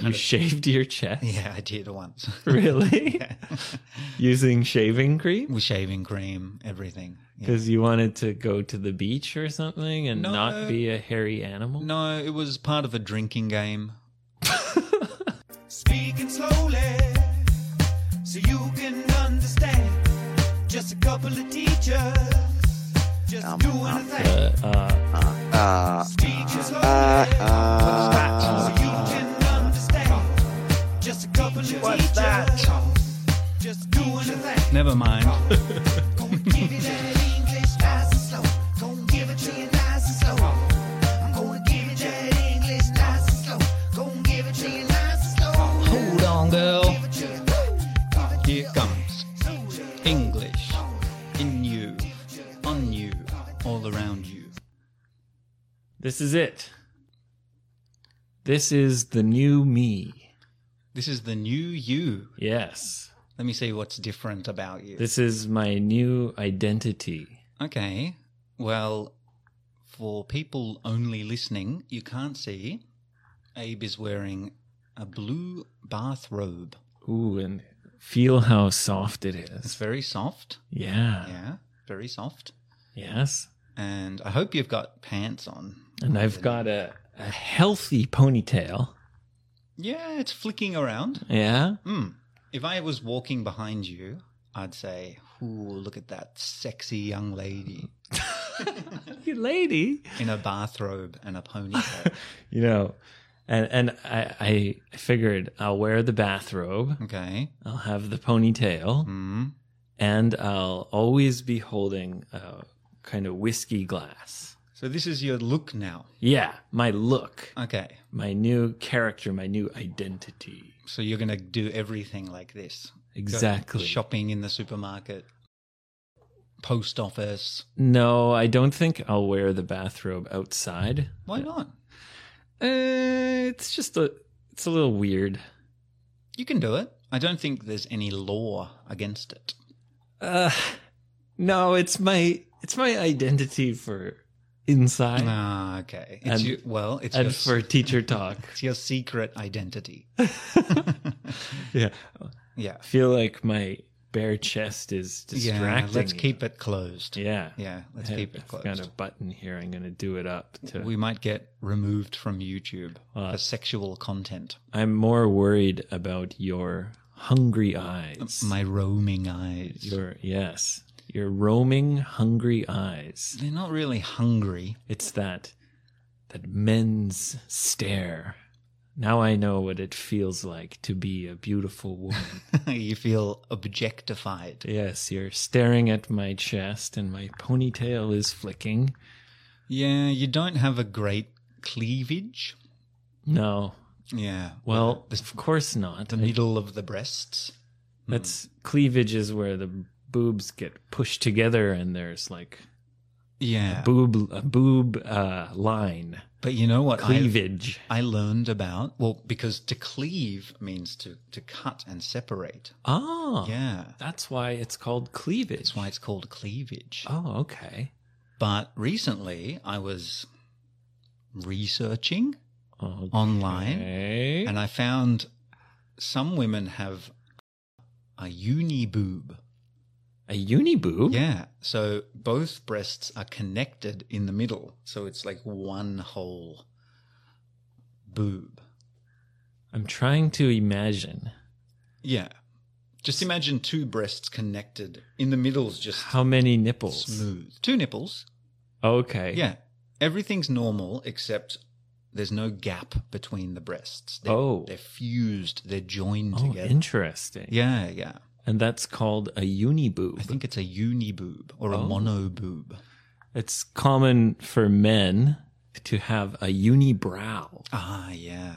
You shaved your chest? Yeah, I did once. Really? Using shaving cream? With shaving cream, everything. Yeah. Because you wanted to go to the beach or something and not No. be a hairy animal? No, it was part of a drinking game. Speaking slowly so you can understand. Just a couple of teachers just doing a thing. uh, Speaking slowly Uh, so you can understand. Just a couple of teachers just doing a thing. Never mind. Gonna give it that English nice and slow. Gonna give it to you nice and slow. I'm gonna give it that English nice and slow. Gonna give it to you nice and slow. Hold on, girl. Give it to you. Here comes English in you, on you, all around you. This is it. This is the new me. This is the new you. Yes. Let me see what's different about you. This is my new identity. Okay. Well, for people only listening, you can't see. Abe is wearing a blue bathrobe. Ooh, and feel how soft it It's is. very soft. Yeah. Yeah, very soft. Yes. And I hope you've got pants on. And I've got a, a healthy ponytail. Yeah, it's flicking around. Yeah. Hmm. If I was walking behind you, I'd say, Ooh, look at that sexy young lady You lady. in a bathrobe and a ponytail. You know, and, and I, I figured I'll wear the bathrobe, okay. I'll have the ponytail, Hmm. and I'll always be holding a kind of whiskey glass. So this is your look now. Yeah, my look, Okay. my new character, my new identity. So you're going to do everything like this. Go Exactly. Shopping in the supermarket, post office. No, I don't think I'll wear the bathrobe outside. Why not? Uh, it's just a it's a little weird. You can do it. I don't think there's any law against it. Uh no, it's my it's my identity for inside Ah, okay. It's And- your, well, it's your, and s- for teacher talk. it's your secret identity. yeah. Yeah. I feel like my bare chest is Yeah. distracting. Let's keep it closed. Yeah. Yeah. Let's Hey, keep it I've closed. got a button here. I'm going to do it up to We might get removed from YouTube Uh, for sexual content. I'm more worried about your hungry eyes. Um, My roaming eyes. your yes, your roaming hungry eyes. They're not really hungry. It's that that men's stare. Now I know what it feels like to be a beautiful woman. you feel objectified. yes, you're staring at my chest and my ponytail is flicking. Yeah, you don't have a great cleavage. No. Yeah. Well, the, of course not. the middle of the breasts. That's cleavage is where the boobs get pushed together and there's like Yeah. boob a boob uh, line But you know what? I, cleavage. I learned about well because to cleave means to to cut and separate. Ah, Yeah. that's why it's called cleavage. That's why it's called cleavage. Oh, okay. But recently I was researching okay. online and I found some women have a uni boob. a uni boob. Yeah. So both breasts are connected in the middle. So it's like one whole boob. I'm trying to imagine Yeah. Just imagine two breasts connected. In the middle's just how many nipples. smooth. Two nipples. Okay. Yeah. Everything's normal except there's no gap between the breasts. They're, Oh. They're fused, they're joined Oh, together. interesting. yeah, yeah. And that's called a uni boob. I think it's a uni boob or a Oh. mono boob. it's common for men to have a uni brow. Ah, yeah.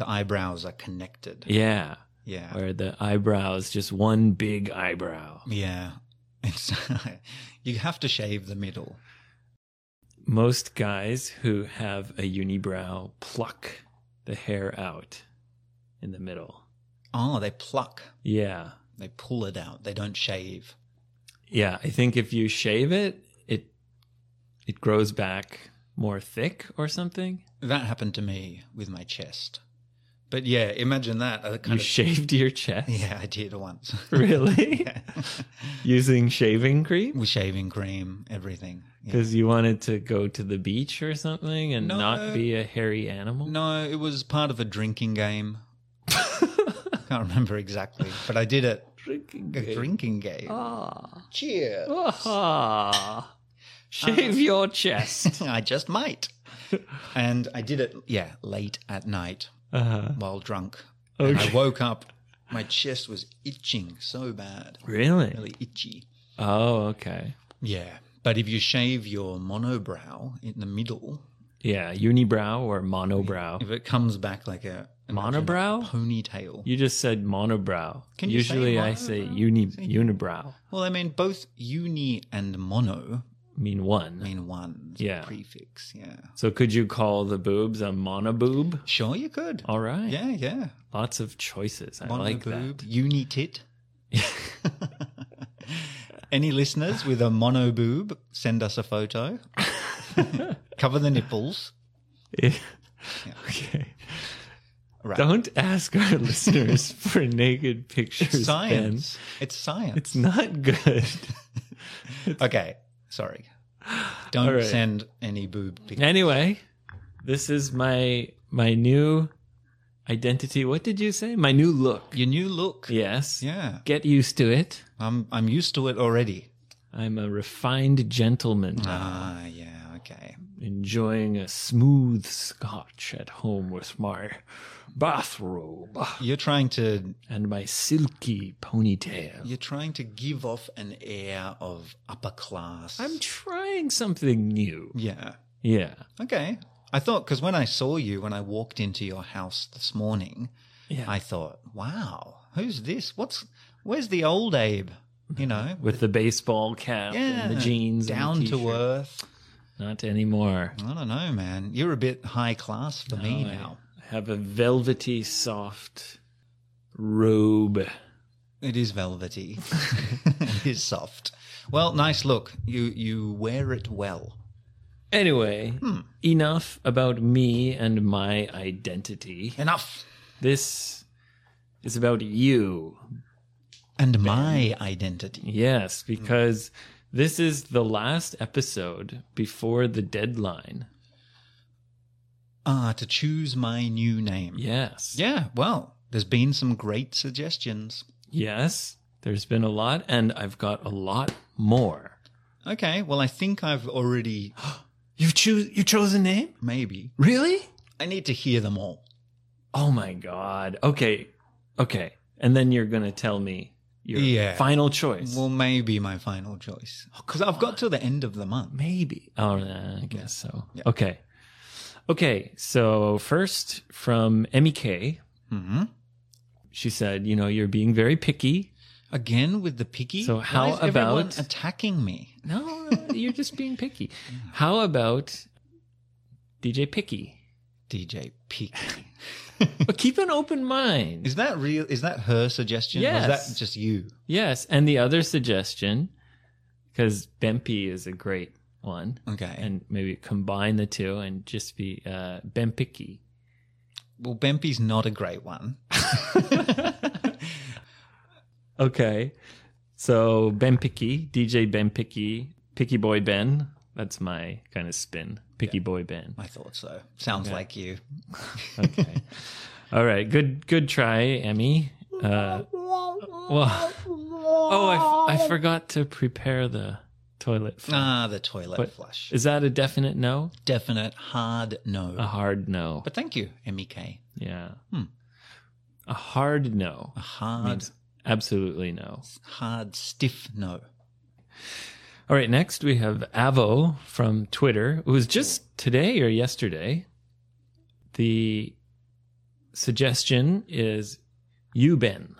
The eyebrows are connected. Yeah. Oh, yeah. Where the eyebrow is just one big eyebrow. Yeah. It's you have to shave the middle. Most guys who have a unibrow pluck the hair out in the middle. Oh, they pluck. Yeah. They pull it out. They don't shave. Yeah, I think if you shave it, it it grows back more thick or something. That happened to me with my chest. But yeah, imagine that. I You kind of, shaved your chest? yeah, I did once. Really? Yeah. Using shaving cream? With shaving cream, everything. Yeah. Because you wanted to go to the beach or something and No. not be a hairy animal? No, it was part of a drinking game. Can't remember exactly, but I did it. Drinking A game. drinking game. Ah. Cheer. Ah. Shave your chest. I just might. And I did it, yeah, late at night Uh-huh. while drunk. And I Okay. woke up. My chest was itching so bad. Really? Really itchy. Oh, okay. Yeah. But if you shave your monobrow in the middle, Yeah, unibrow or monobrow. if it comes back like a imagine a Monobrow? ponytail. You just said monobrow. Can you say Usually I say monobrow? uni unibrow. Well, I mean, both uni and mono mean one. mean one. It's a Yeah. Prefix, yeah. So could you call the boobs a monoboob? Sure, you could. All right. Yeah, yeah. Lots of choices. I Mono like boob, uni tit. Any listeners with a mono boob, send us a photo. Cover the nipples. that. okay. Right. Don't ask our listeners for naked pictures. it's Ben. science. It's science. It's not good. Okay, sorry. Don't All right. send any boob pictures. anyway, this is my my new identity. What did you say? My new look. Your new look. Yes. Yeah. Get used to it. I'm I'm used to it already. I'm a refined gentleman Ah, yeah, okay. enjoying a smooth scotch at home with my bathrobe You're trying to and my silky ponytail. you're trying to give off an air of upper class. I'm trying something new. yeah. Yeah. Okay. I thought because when I saw you when I walked into your house this morning, Yeah. I thought, "Wow, who's this? What's where's the old Abe?" You know, with the baseball cap yeah, and the jeans and the down to t-shirt. earth. Not anymore. I don't know, man. You're a bit high class for me No, I- now. I have a velvety soft robe. It is velvety. it is soft. Well, nice look. You you wear it well. Anyway, enough about me and my identity. Enough. This is about you. And my identity. Yes, because this is the last episode before the deadline. Ah, to choose my new name. Yes. Yeah, well, there's been some great suggestions. Yes. There's been a lot, and I've got a lot more. Okay, well, I think I've already You've choose you chose a name? maybe. Really? I need to hear them all. Oh my god. Okay. Okay. And then you're gonna tell me your Yeah. final choice. Well, maybe my final choice. Oh, Because I've got to the end of the month. Maybe. Oh, nah, I guess so. Yeah. Okay. Okay. So first from MEK, hmm she said, you know, you're being very picky. Again with the picky. So how Why is everyone about- attacking me? No, you're just being picky. How about DJ Picky? DJ Picky. But keep an open mind. Is that real? Is that her suggestion? Or is Yes. that just you? Yes. And the other suggestion, because Bempy is a great one, Okay. and maybe combine the two and just be uh, Bempicky. well, Bempy's not a great one. Okay. So Ben Picky, DJ Ben Picky, Picky Boy Ben. That's my kind of spin. Picky Boy Ben. I thought so. Sounds like you. Okay. All right. Good good try, Emmy. Uh, well, oh, I, f- I forgot to prepare the toilet. flush. Ah, the toilet But- flush. Is Ah. that a definite no? Definite hard no. A hard no. But thank you, E MEK. Yeah. Hmm. A hard no A hard, means absolutely no. hard, stiff no. All right, next we have Avo from Twitter. It was just today or yesterday. The suggestion is Yuben.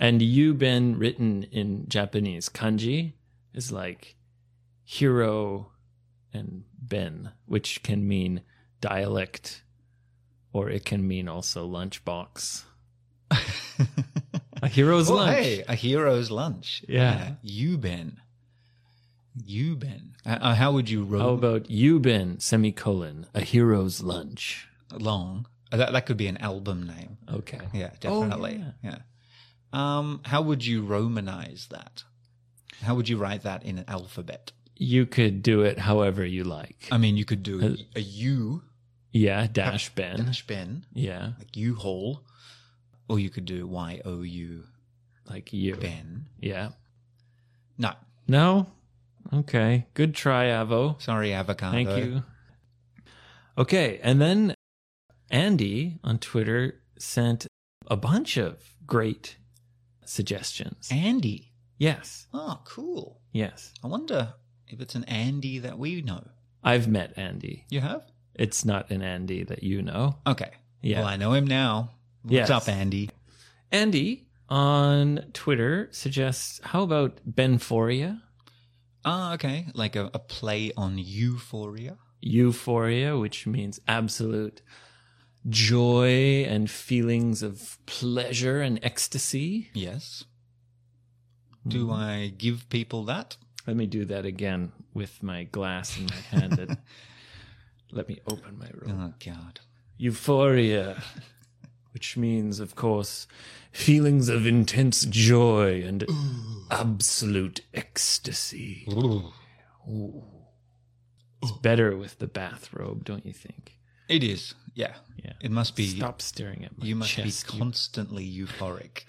And Yuben written in Japanese kanji is like hero and ben, which can mean dialect or it can mean also lunchbox. A hero's Well, lunch. Oh, hey, a hero's lunch. Yeah. You, Ben. You, Ben. Uh, uh, how would you How roll about Yuben semicolon, a hero's lunch? long? Uh, That, that could be an album name. Okay. Yeah, Oh, definitely. yeah. Um, how would you romanize that? How would you write that in an alphabet? You could do it however you like. I mean, you could do Uh, a U yeah, uh, dash Ben. dash Ben, Yeah, like U Haul, or you could do Y O U like you. Ben. Yeah. No, No? Okay. Good try, Avo. sorry, avocado. Thank you. Okay. And then Andy on Twitter sent a bunch of great suggestions. Andy. yes. Oh, cool. Yes. I wonder if it's an Andy that we know. I've met Andy. You have? It's not an Andy that you know. Okay. Yeah. Well, I know him now. What's Yes. up, Andy? Andy on Twitter suggests how about Benforia? Ah, okay. Like a, a play on euphoria. euphoria, which means absolute joy and feelings of pleasure and ecstasy. Yes. Do Hmm. I give people that? Let me do that again with my glass in my hand. and let me open my room. Oh, God. Euphoria, which means, of course, feelings of intense joy and absolute ecstasy. Ooh. It's better with the bathrobe, don't you think? It is. Yeah. Yeah. It must be. Stop staring at my You must chest. be you constantly euphoric.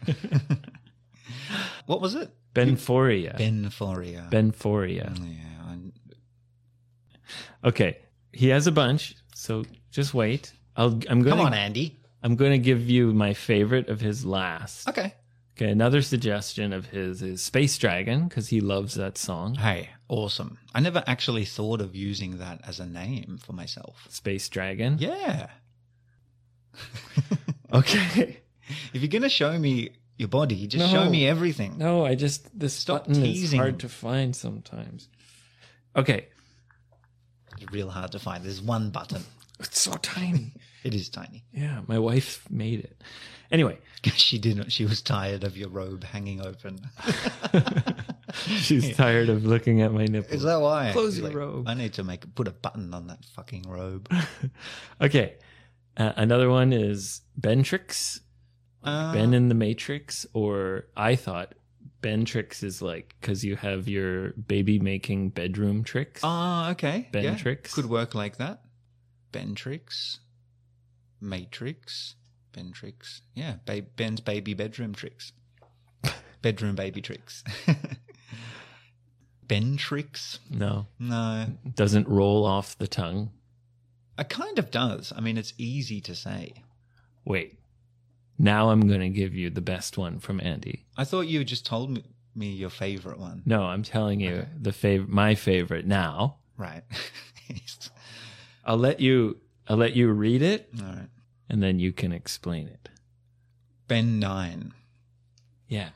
what was it? Benforia. Benphoria. Benforia. yeah. I- Okay, he has a bunch, so just wait. I'll, I'm going. Come on, Andy. I'm going to give you my favorite of his last. Okay. Okay, another suggestion of his is Space Dragon because he loves that song. Hey, awesome. I never actually thought of using that as a name for myself. Space Dragon. Yeah. Okay. If you're going to show me your body, just No. show me everything. No, I just this Stop button teasing. is hard to find sometimes. Okay, It's real hard to find. There's one button. it's so tiny. It is tiny. yeah, my wife made it. Anyway, She didn't. She was tired of your robe hanging open. she's tired of looking at my nipples. Is that why? Close She's your robe. I need to make put a button on that fucking robe. Okay. Uh, another one is Bentrix. Uh, ben in the Matrix, or I thought Bentrix is like because you have your baby making bedroom tricks. Ah, okay. Yeah. Bentrix. could work like that. Bentrix, Matrix, Bentrix. Yeah, ba- Ben's baby bedroom tricks, bedroom baby tricks. Bentrix. No, No, doesn't roll off the tongue. it kind of does. I mean, it's easy to say. Wait, now I'm gonna give you the best one from Andy. I thought you just told me, me your favorite one. No, I'm telling you Okay. the fav- my favorite. Now Right. I'll let you I'll let you read it All right. and then you can explain it. Ben nine. Yeah,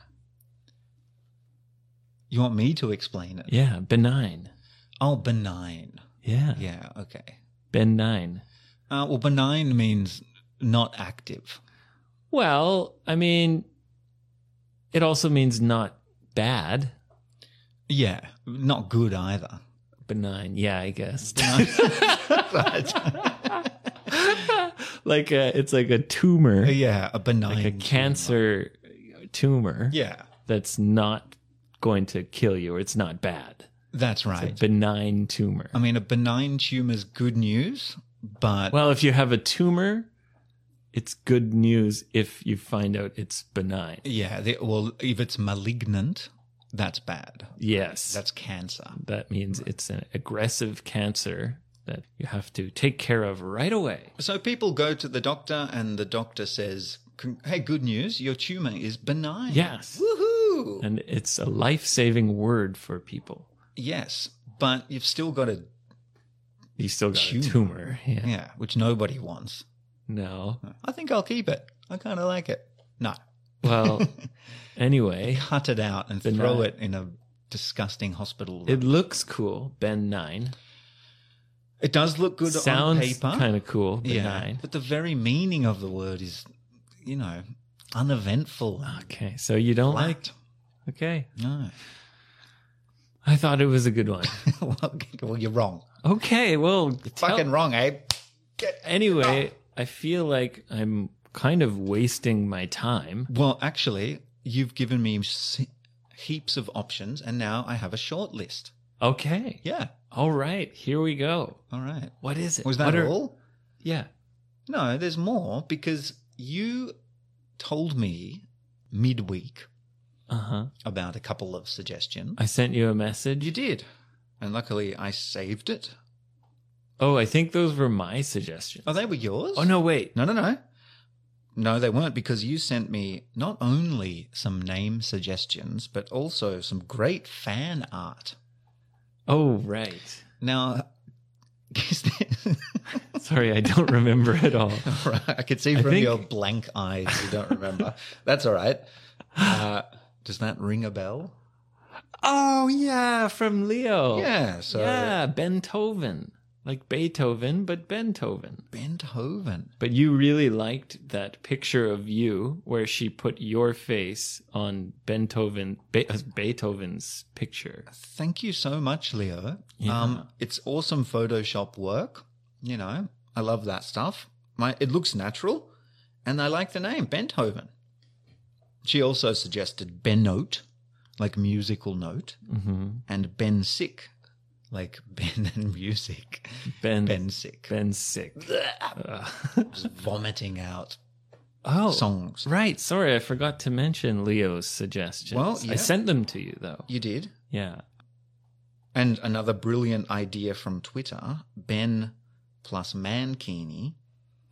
You want me to explain it? yeah, benign. Oh, benign. Yeah, Yeah. Okay. benign. Uh, well, benign means not active. Well, I mean, it also means not bad. Yeah, not good either. Benign, yeah, I guess. But- like a, it's like a tumor, yeah, a benign. like a tumor. cancer tumor Yeah, that's not going to kill you, or it's not bad. that's It's right. Um, a benign tumor. I mean, a benign tumor is good news, but well, if you have a tumor, it's good news if you find out it's benign. yeah, they, well, if it's malignant, that's bad. Yes. That's cancer. that means it's an aggressive cancer that you have to take care of right away. So people go to the doctor, and the doctor says, "Con- "Hey, good news! Your tumor is benign." Yes. Woohoo! And it's a life saving word for people. yes, but you've still got a You still got Tumor. a tumor. Yeah. yeah, which nobody wants. No. I think I'll keep it. I kind of like it. No, Well, anyway, cut it out and Then throw I- it in a disgusting hospital. it It, looks cool, Ben 9. it does look good on Sounds paper. kind of cool, Ben yeah, 9. but the very meaning of the word is, you know, uneventful. and Okay. So you don't flat. like. Okay. no. I thought it was a good one. well, well, you're wrong. Okay. Well, Fucking tell- wrong, Abe. anyway, Ah. I feel like I'm kind of wasting my time. Well, actually, you've given me s- heaps of options, and now I have a short list. Okay. Yeah. All right. Here we go. All right. What is it? Was that What are- all? Yeah. No, there's more because you told me midweek Uh huh. about a couple of suggestions. I sent you a message. You did. And luckily, I saved it. Oh, I think those were my suggestions. Oh, they were yours? Oh, no, wait. No, no, no. No, they weren't because you sent me not only some name suggestions, but also some great fan art. Oh, right. Now, is there- Sorry, I don't remember at all. All right, I could see I from think- your blank eyes you don't remember. That's all right. Uh, does that ring a bell? Oh, yeah, from Leo. Yeah. So yeah, Beethoven. Like Beethoven, but Beethoven. Beethoven. But you really liked that picture of you where she put your face on Beethoven, Be- uh, Beethoven's picture. Thank you so much, Leo. Yeah. Um, it's awesome Photoshop work. You know, I love that stuff. My, it looks natural, and I like the name Beethoven. She also suggested Ben Note, like musical note, Mm-hmm. and Ben Sick, like Ben and music. Ben, ben, Ben Sick. sick. Just vomiting out oh, songs. right. Sorry, I forgot to mention Leo's suggestions. Well, yeah. I sent them to you though. You did. Yeah. And another brilliant idea from Twitter Ben plus Mankini.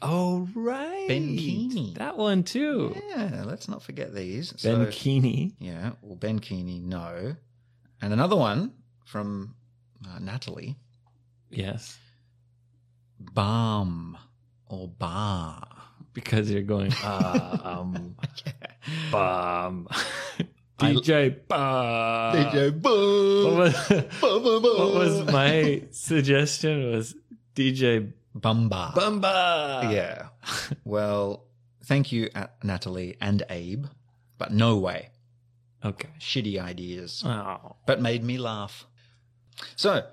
Oh right, Benkini. That one too. Yeah, let's not forget these. Ben So- Keeney. Yeah, well, Ben Keeney, no. And another one from uh, Natalie Yes, Balm or Bar. because you're going uh, um bomb I- DJ bomb. DJ What Bum. was, what was my suggestion? Was DJ Bumba. Bumba? Yeah. Well, thank you, uh, Natalie and Abe, but no way. Okay. Shitty ideas. Oh. but made me laugh. So,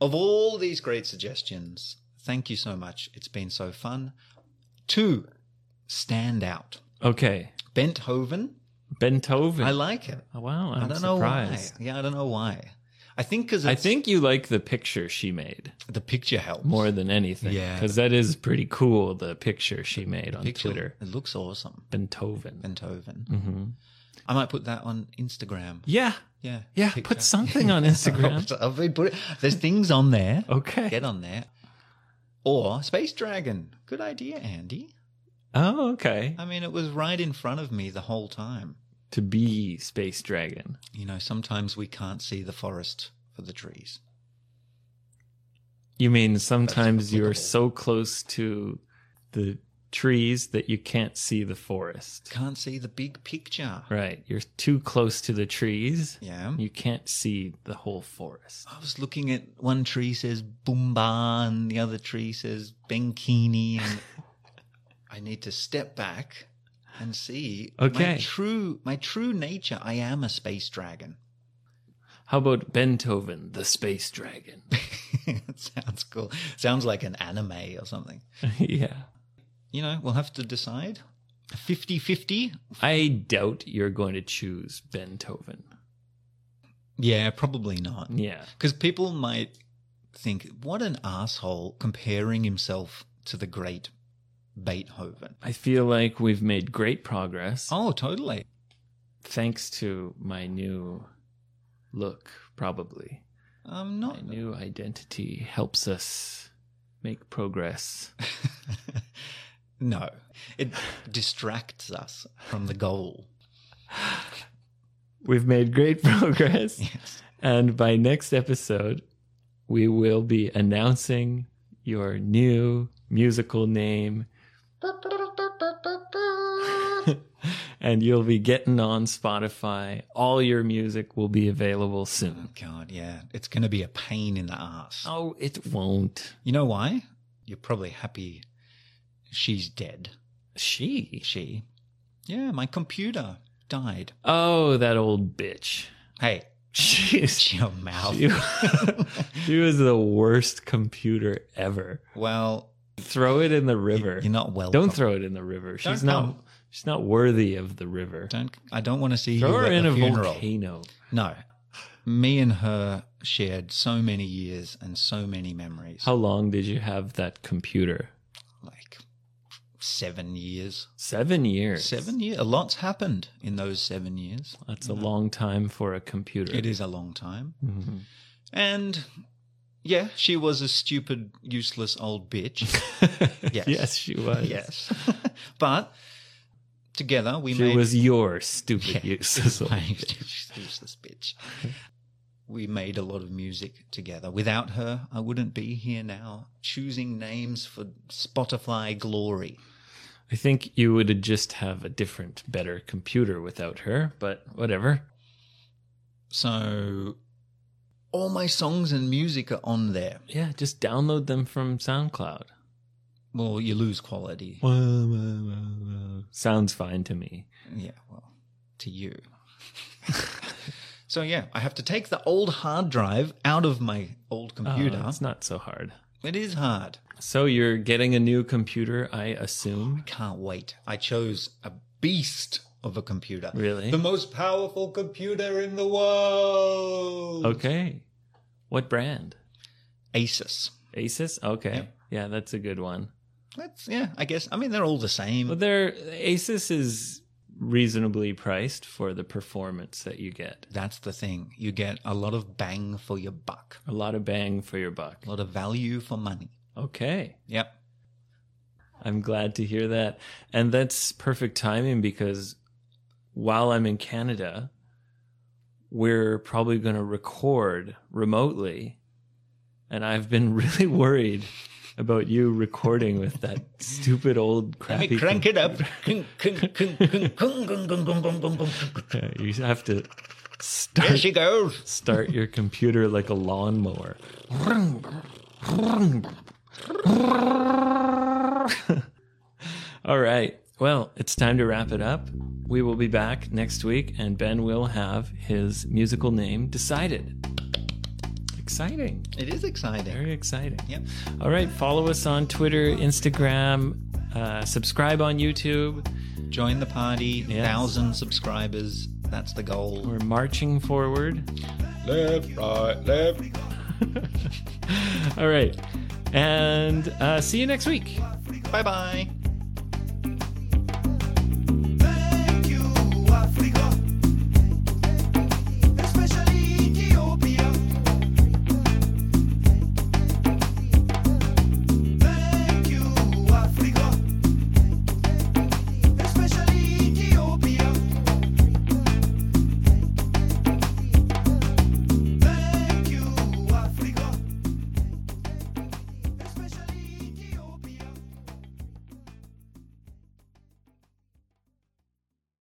of all these great suggestions, thank you so much. It's been so fun. Two stand out. Okay. Benthoven. Bentoven. I like it. Oh, wow, I'm I don't know surprised. why. Yeah, I don't know why. I think because I think you like the picture she made the picture helps more than anything. Yeah. Because that is pretty cool, the picture she made on Picture- Twitter. It looks awesome. Beethoven. Benthoven. hmm I might put that on Instagram. Yeah. Yeah. Yeah. picture. Put something on Instagram. I'll be put There's things on there. okay. Get on there. Or Space Dragon. Good idea, Andy. Oh, okay. I mean, it was right in front of me the whole time. To be Space Dragon. You know, sometimes we can't see the forest for the trees. You mean sometimes you're applicable. so close to the trees that you can't see the forest. Can't see the big picture. Right. You're too close to the trees. Yeah. You can't see the whole forest. I was looking at one tree says Boomba and the other tree says Benkini and I need to step back and see my Okay. true my true nature. I am a space dragon. How about Beethoven, the Space Dragon? it sounds cool. Sounds like an anime or something. yeah. You know, we'll have to decide. 50-50? I doubt you're going to choose Beethoven. Yeah, probably not. Yeah. Because people might think, what an asshole comparing himself to the great Beethoven. I feel like we've made great progress Oh, totally. thanks to my new look, probably. I'm My not. new identity helps us make progress. no, it distracts us from the goal. We've made great progress. Yes. And by next episode, we will be announcing your new musical name. and you'll be getting on Spotify. All your music will be available soon. Oh, God, yeah. It's going to be a pain in the ass. Oh, it won't. You know why? You're probably happy she's dead. She. She. Yeah, my computer died. Oh, that old bitch. Hey, She's. your mouth. She, she was the worst computer ever. well, Throw it in the river. You're not welcome. don't throw it in the river. She's Don't not. come. She's not worthy of the river. Don't. I don't want to see Throw you her at in the a funeral. volcano. No. Me and her shared so many years and so many memories. How long did you have that computer? Like seven years. Seven years. Seven years. A lot's happened in those seven years. That's a long time for a computer. It is a long time. Mhm. And yeah, she was a stupid, useless old bitch. yes. Yes. she was. yes. but together we She made was your stupid Yeah. useless old bitch. useless bitch. We made a lot of music together. Without her, I wouldn't be here now, choosing names for Spotify glory. I think you would just have a different, better computer without her, but whatever. So all my songs and music are on there. Yeah, just download them from SoundCloud. Well, you lose quality. Sounds fine to me. Yeah, well, to you. so yeah, I have to take the old hard drive out of my old computer. Oh, it's not so hard. it is hard. So you're getting a new computer, I assume. Can't wait. I chose a beast of a computer. Really? The most powerful computer in the world. Okay. What brand? Asus. Asus? Okay. Yep. Yeah, that's a good one. That's yeah, I guess. I mean they're all the same. Well, there Asus is reasonably priced for the performance that you get. That's the thing. You get a lot of bang for your buck. A lot of bang for your buck. A lot of value for money. Okay. Yep. I'm glad to hear that. And that's perfect timing because while I'm in Canada, we're probably going to record remotely. And I've been really worried about you recording with that stupid old Let crappy me crank it up. computer. You have to start There she goes. start your computer like a lawnmower. All right. Well, it's time to wrap it up. We will be back next week, and Ben will have his musical name decided. Exciting. It is exciting. Very exciting. Yep. All right. Follow us on Twitter, Instagram, uh, subscribe on YouTube. Join the party. Yes. Thousand subscribers. That's the goal. We're marching forward. Left, right, left. All right. And uh, see you next week. Bye bye.